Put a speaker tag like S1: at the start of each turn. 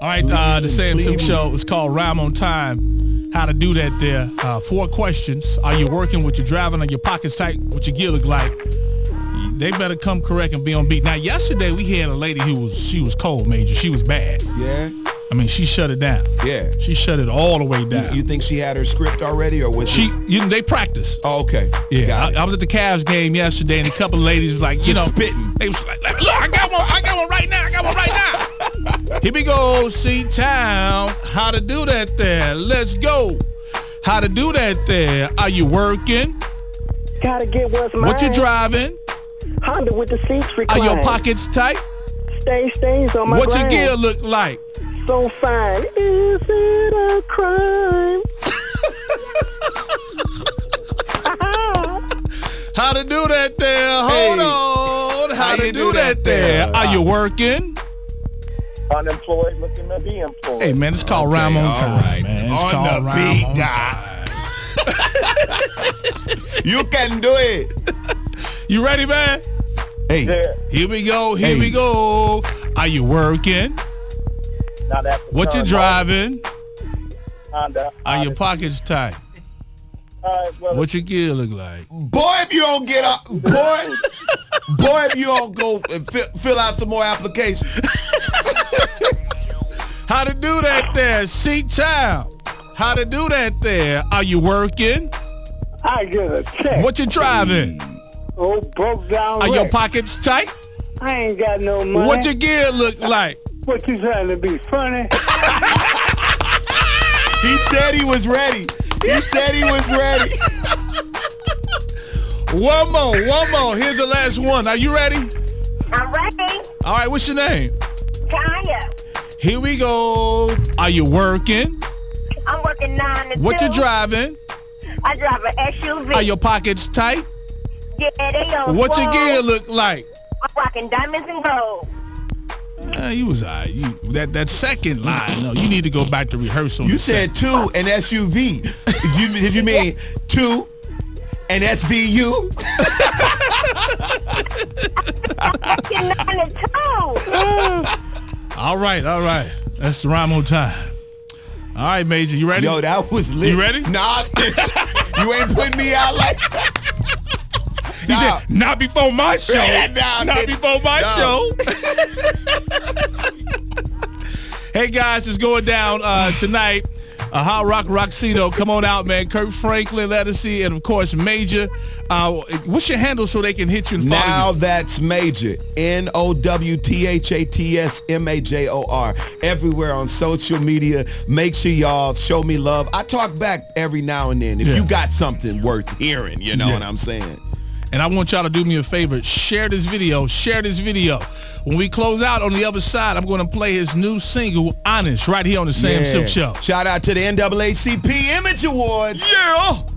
S1: All right, uh, the Sam Soup Show is called Rhyme on Time. How to do that there. Uh, four questions. Are you working with your driving or your pockets tight? What your gear look like? They better come correct and be on beat. Now, yesterday we had a lady who was, she was cold, Major. She was bad.
S2: Yeah,
S1: I mean, she shut it down.
S2: yeah.
S1: She shut it all the way down.
S2: You think she had her script already, or was
S1: she,
S2: this-
S1: you, they practice.
S2: Oh, okay.
S1: Yeah,
S2: Got it.
S1: I, I was at the Cavs game yesterday, and a couple of ladies was like, you
S2: Just
S1: know,
S2: spitting.
S1: They was like, look, I got one, I got one right now, I got one right now. Here we go, C Town. How to do that there? Let's go. How to do that there? Are you working?
S3: Gotta get what's mine.
S1: What you driving?
S3: Honda with the seats
S1: Are
S3: reclined.
S1: your pockets tight?
S3: Stay, stays on my
S1: What your
S3: grind.
S1: gear look like?
S3: So fine. Is it a crime?
S1: How to do that there? Hold
S2: Hey,
S1: on. How, to
S2: you
S1: do, that, there? Are
S2: Uh,
S1: you working?
S3: Unemployed looking to be employed.
S1: Hey man, it's called
S2: Okay,
S1: rhyme on
S2: all
S1: time,
S2: right.
S1: man. It's
S2: On
S1: called
S2: the
S1: Rhyme
S2: beat,
S1: on
S2: Doc.
S1: Time.
S2: You can do it.
S1: You ready, man?
S2: Hey,
S3: Yeah,
S1: Here we go, here
S2: Hey.
S1: we go. Are you working?
S3: now that's the
S1: What you
S3: term.
S1: driving?
S3: Honda.
S1: Are your
S3: Honda.
S1: pockets tight?
S3: All right, well,
S1: What your gear look like?
S2: boy, if you don't get up, boy, boy, if you don't go and fill, fill out some more applications.
S1: How to do that there? See town. How to do that there? Are you working?
S3: I get a check.
S1: What you driving?
S3: Oh, broke down.
S1: Are your
S3: wreck.
S1: pockets tight?
S3: I ain't got no money.
S1: What your gear look like?
S3: What you trying to be funny?
S2: He said he was ready. He said he was ready.
S1: One more, one more. Here's the last one. Are you ready?
S4: I'm ready.
S1: All right, what's your name?
S4: Tanya.
S1: Here we go. Are you working?
S4: I'm working nine to
S1: What
S4: two.
S1: you driving?
S4: I drive an SUV.
S1: Are your pockets tight?
S4: yeah, they on
S1: What your
S4: swole.
S1: gear look like?
S4: I'm rocking diamonds and gold.
S1: Uh, you was all right. You, that that second line, no, you need to go back to rehearsal.
S2: You said two and SUV. You, did you mean two and SVU?
S4: Working nine to two.
S1: all right, all right. That's the rhyme on time. All right, Major, you ready?
S2: Yo, that was lit.
S1: You ready?
S2: Nah, you ain't putting me out like that.
S1: he said, "Not before my show.
S2: Nah,
S1: Not
S2: bitch.
S1: before my
S2: Nah.
S1: show." hey guys, it's going down uh, tonight. Uh, Hot Rock Roxito, come on out, man. Kirk Franklin, Lettucey, and of course Major. Uh, what's your handle so they can hit you and follow you?
S2: Now that's major. N O W T H A T S M A J O R. Everywhere on social media. Make sure y'all show me love. I talk back every now and then. If
S1: Yeah.
S2: you got something worth hearing, you know
S1: Yeah.
S2: what I'm saying.
S1: And I want y'all to do me a favor. Share this video. Share this video. When we close out on the other side, I'm going to play his new single, Honest, right here on the Sam
S2: Yeah.
S1: Silk Show.
S2: Shout out to the NAACP Image Awards.
S1: Yeah.